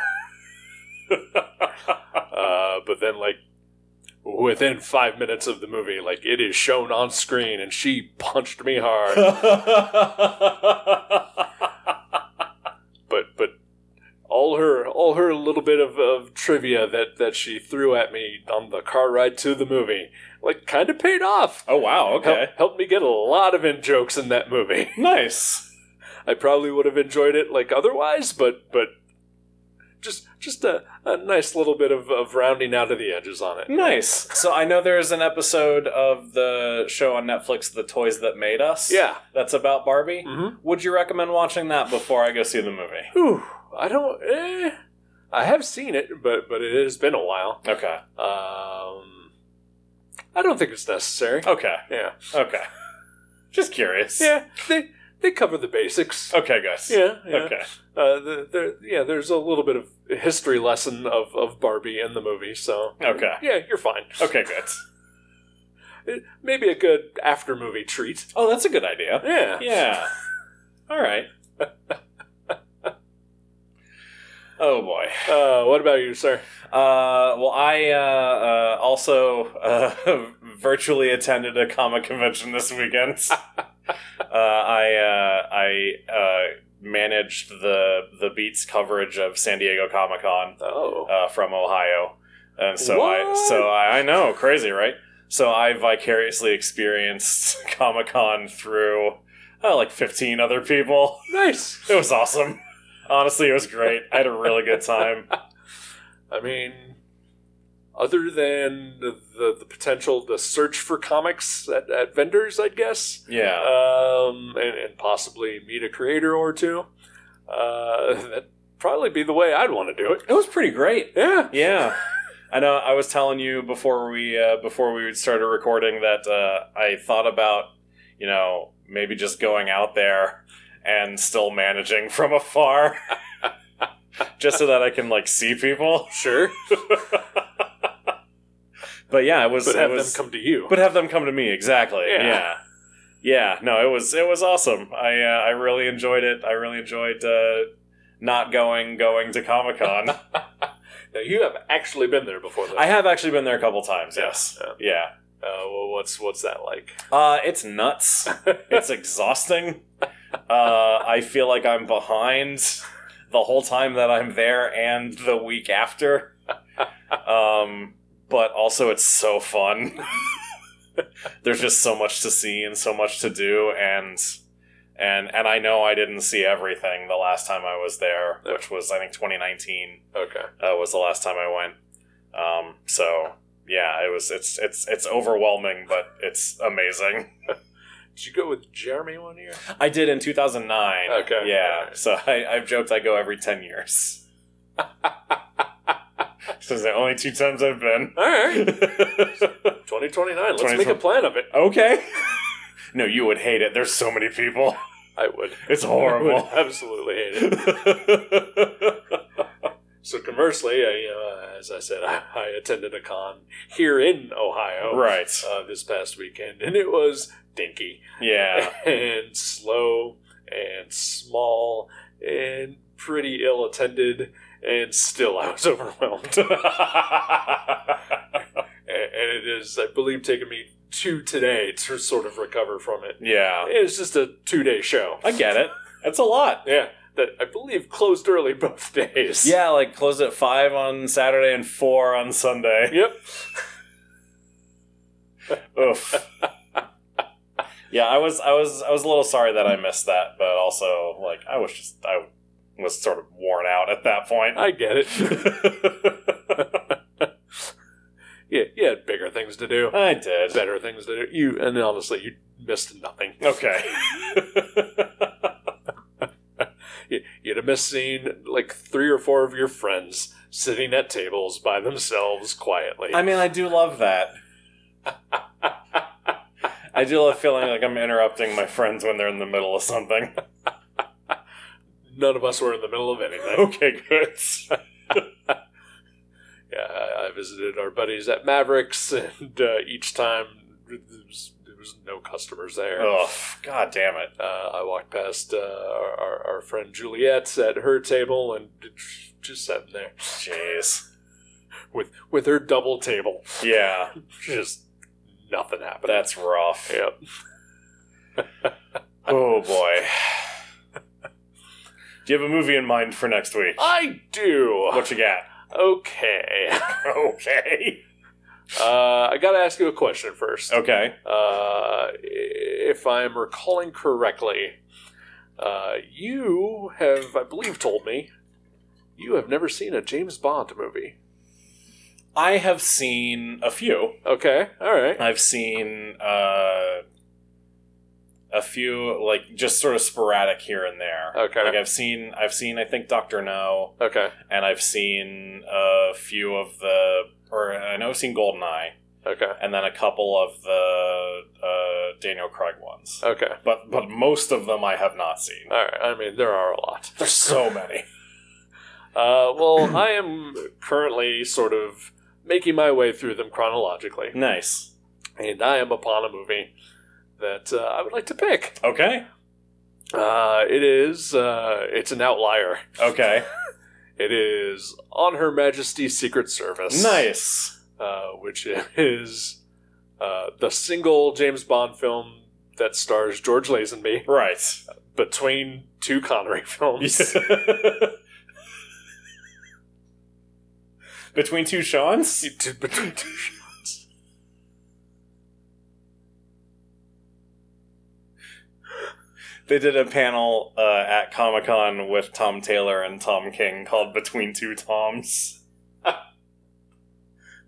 Speaker 2: Uh, but then like within five minutes of the movie, like it is shown on screen, and she punched me hard. but but all her all her little bit of, of trivia that that she threw at me on the car ride to the movie like kind of paid off
Speaker 3: oh wow. Okay.
Speaker 2: Help, helped me get a lot of in jokes in that movie
Speaker 3: Nice.
Speaker 2: i probably would have enjoyed it like otherwise but but just just a, a nice little bit of, of rounding out of the edges on it
Speaker 3: Nice. So I know there's an episode of the show on Netflix, The Toys That Made Us.
Speaker 2: yeah
Speaker 3: That's about Barbie.
Speaker 2: mm-hmm.
Speaker 3: Would you recommend watching that before I go see the movie?
Speaker 2: Whew, i don't eh, i have seen it but but it has been a while
Speaker 3: Okay.
Speaker 2: um i don't think it's necessary
Speaker 3: Okay.
Speaker 2: yeah
Speaker 3: Okay. Just curious.
Speaker 2: Yeah, they they cover the basics.
Speaker 3: Okay, guys.
Speaker 2: Yeah, yeah.
Speaker 3: Oh, Okay.
Speaker 2: Uh, the, there, yeah. There's a little bit of history lesson of, of Barbie in the movie, so
Speaker 3: Okay.
Speaker 2: yeah, you're fine.
Speaker 3: Okay, good.
Speaker 2: it- maybe a good after movie treat.
Speaker 3: Oh, that's a good idea.
Speaker 2: Yeah.
Speaker 3: Yeah. All right. oh boy.
Speaker 2: Uh, what about you, sir?
Speaker 3: Uh, well, I uh, uh, also uh, virtually attended a comic convention this weekend. uh, I uh, I uh, managed the the Beats coverage of San Diego Comic Con
Speaker 2: Oh.
Speaker 3: uh, from Ohio, and so I
Speaker 2: What?
Speaker 3: so I, I know crazy right. So I vicariously experienced Comic Con through uh, like fifteen other people.
Speaker 2: nice.
Speaker 3: It was awesome. Honestly, it was great. I had a really good time.
Speaker 2: I mean, other than the, the, the potential to search for comics at, at vendors, I guess,
Speaker 3: Yeah.
Speaker 2: um, and, and possibly meet a creator or two, uh, that'd probably be the way I'd want to do it.
Speaker 3: It was pretty great.
Speaker 2: Yeah.
Speaker 3: Yeah. I know I was telling you before we uh, before we started recording that uh, I thought about, you know, maybe just going out there and still managing from afar. just so that I can like see people.
Speaker 2: Sure.
Speaker 3: But yeah, it was
Speaker 2: But
Speaker 3: it
Speaker 2: have
Speaker 3: was-
Speaker 2: them come to you.
Speaker 3: but have them come to me exactly.
Speaker 2: Yeah.
Speaker 3: Yeah. yeah. no, it was it was awesome. I uh, I really enjoyed it. I really enjoyed uh, not going going to Comic Con.
Speaker 2: now, you have actually been there before, though.
Speaker 3: I have actually been there a couple times. Yes.
Speaker 2: Yeah.
Speaker 3: yeah.
Speaker 2: Uh, well, what's what's that like?
Speaker 3: Uh, it's nuts. it's exhausting. Uh, I feel like I'm behind the whole time that I'm there and the week after. Um, but also, it's so fun. There's just so much to see and so much to do, and and and I know I didn't see everything the last time I was there, which was I think 2019
Speaker 2: Okay.
Speaker 3: uh, was the last time I went. Um, so yeah, it was it's it's it's overwhelming, but it's amazing.
Speaker 2: Did you go with Jeremy one year?
Speaker 3: I did in 2009.
Speaker 2: Okay.
Speaker 3: yeah.
Speaker 2: Alright.
Speaker 3: So I, I've joked I go every 10 years. so it's the only two times I've been.
Speaker 2: All right. 2029. Let's make
Speaker 3: 2020.
Speaker 2: a plan of it.
Speaker 3: okay. No, you would hate it. There's so many people.
Speaker 2: I would.
Speaker 3: It's
Speaker 2: I
Speaker 3: horrible.
Speaker 2: would absolutely hate it. So conversely, I, uh, as I said, I, I attended a con here in Ohio
Speaker 3: right.
Speaker 2: uh, this past weekend, and it was dinky
Speaker 3: Yeah.
Speaker 2: and slow and small and pretty ill attended, and still I was overwhelmed. and, and it is, I believe, taken me two today to sort of recover from it.
Speaker 3: Yeah.
Speaker 2: It was just a two day show.
Speaker 3: I get it. That's a lot.
Speaker 2: Yeah, that I believe closed early both days.
Speaker 3: Yeah, like closed at five on Saturday and four on Sunday.
Speaker 2: Yep.
Speaker 3: Oof. yeah, I was, I was, I was a little sorry that I missed that, but also like I was just, I was sort of worn out at that point.
Speaker 2: I get it. yeah, you had bigger things to do,
Speaker 3: I did.
Speaker 2: better things to do. You and honestly, you missed nothing.
Speaker 3: Okay.
Speaker 2: You, you'd have missed seeing like three or four of your friends sitting at tables by themselves quietly.
Speaker 3: I mean, I do love that. I do love feeling like I'm interrupting my friends when they're in the middle of something.
Speaker 2: None of us were in the middle of anything.
Speaker 3: Okay, good.
Speaker 2: yeah, I, I visited our buddies at Mavericks, and uh, each time there was, there was no customers there.
Speaker 3: Ugh, god damn it.
Speaker 2: Uh, I walked past uh, our, our, our friend Juliet at her table and just sat there
Speaker 3: Jeez.
Speaker 2: with with her double table.
Speaker 3: Yeah,
Speaker 2: Just nothing happened.
Speaker 3: that's rough.
Speaker 2: yep.
Speaker 3: Oh boy. Do you have a movie in mind for next week?
Speaker 2: I do.
Speaker 3: What you got?
Speaker 2: Okay.
Speaker 3: Okay.
Speaker 2: Uh, I got to ask you a question first.
Speaker 3: Okay.
Speaker 2: Uh, if I'm recalling correctly, uh, you have, I believe, told me you have never seen a James Bond movie.
Speaker 3: I have seen a few.
Speaker 2: Okay. All right.
Speaker 3: I've seen uh, a few, like just sort of sporadic here and there.
Speaker 2: Okay.
Speaker 3: Like I've seen, I've seen, I think Doctor No,
Speaker 2: Okay.
Speaker 3: and I've seen a few of the, or I know I've seen Goldeneye,
Speaker 2: Okay.
Speaker 3: and then a couple of the uh, Daniel Craig ones.
Speaker 2: Okay.
Speaker 3: But but most of them I have not seen.
Speaker 2: All right. I mean, there are a lot.
Speaker 3: There's so many.
Speaker 2: Uh, well, I am currently sort of making my way through them chronologically.
Speaker 3: Nice.
Speaker 2: and I am upon a movie that uh, I would like to pick.
Speaker 3: Okay.
Speaker 2: Uh, it is uh, it's an outlier.
Speaker 3: Okay.
Speaker 2: It is on Her Majesty's Secret Service.
Speaker 3: nice.
Speaker 2: uh, which is uh, the single James Bond film that stars George Lazenby
Speaker 3: Right.
Speaker 2: between two Connery films.
Speaker 3: Between two Sean's?
Speaker 2: between two shots.
Speaker 3: They did a panel uh, at Comic Con with Tom Taylor and Tom King called Between Two Toms.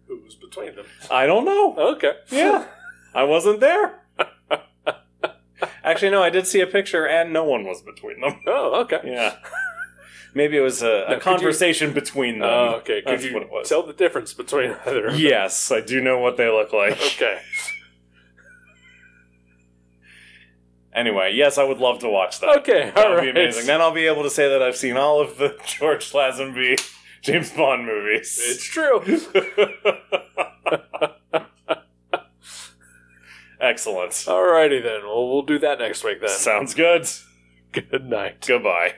Speaker 2: Who was between them?
Speaker 3: I don't know.
Speaker 2: Okay.
Speaker 3: Yeah. I wasn't there. Actually, no, I did see a picture and no one was between them.
Speaker 2: Oh, okay.
Speaker 3: Yeah. Maybe it was a,
Speaker 2: Now,
Speaker 3: a
Speaker 2: could you-
Speaker 3: conversation between them.
Speaker 2: Oh, okay. Could
Speaker 3: That's
Speaker 2: you
Speaker 3: what it was.
Speaker 2: tell the difference between either of them?
Speaker 3: yes, I do know what they look like.
Speaker 2: Okay.
Speaker 3: Anyway, yes, I would love to watch that.
Speaker 2: Okay.
Speaker 3: That
Speaker 2: All
Speaker 3: would
Speaker 2: right.
Speaker 3: be amazing. Then I'll be able to say that I've seen all of the George Lazenby James Bond movies.
Speaker 2: It's true.
Speaker 3: Excellent.
Speaker 2: Alrighty then. Well, we'll do that next week then.
Speaker 3: Sounds good.
Speaker 2: Good night.
Speaker 3: Goodbye.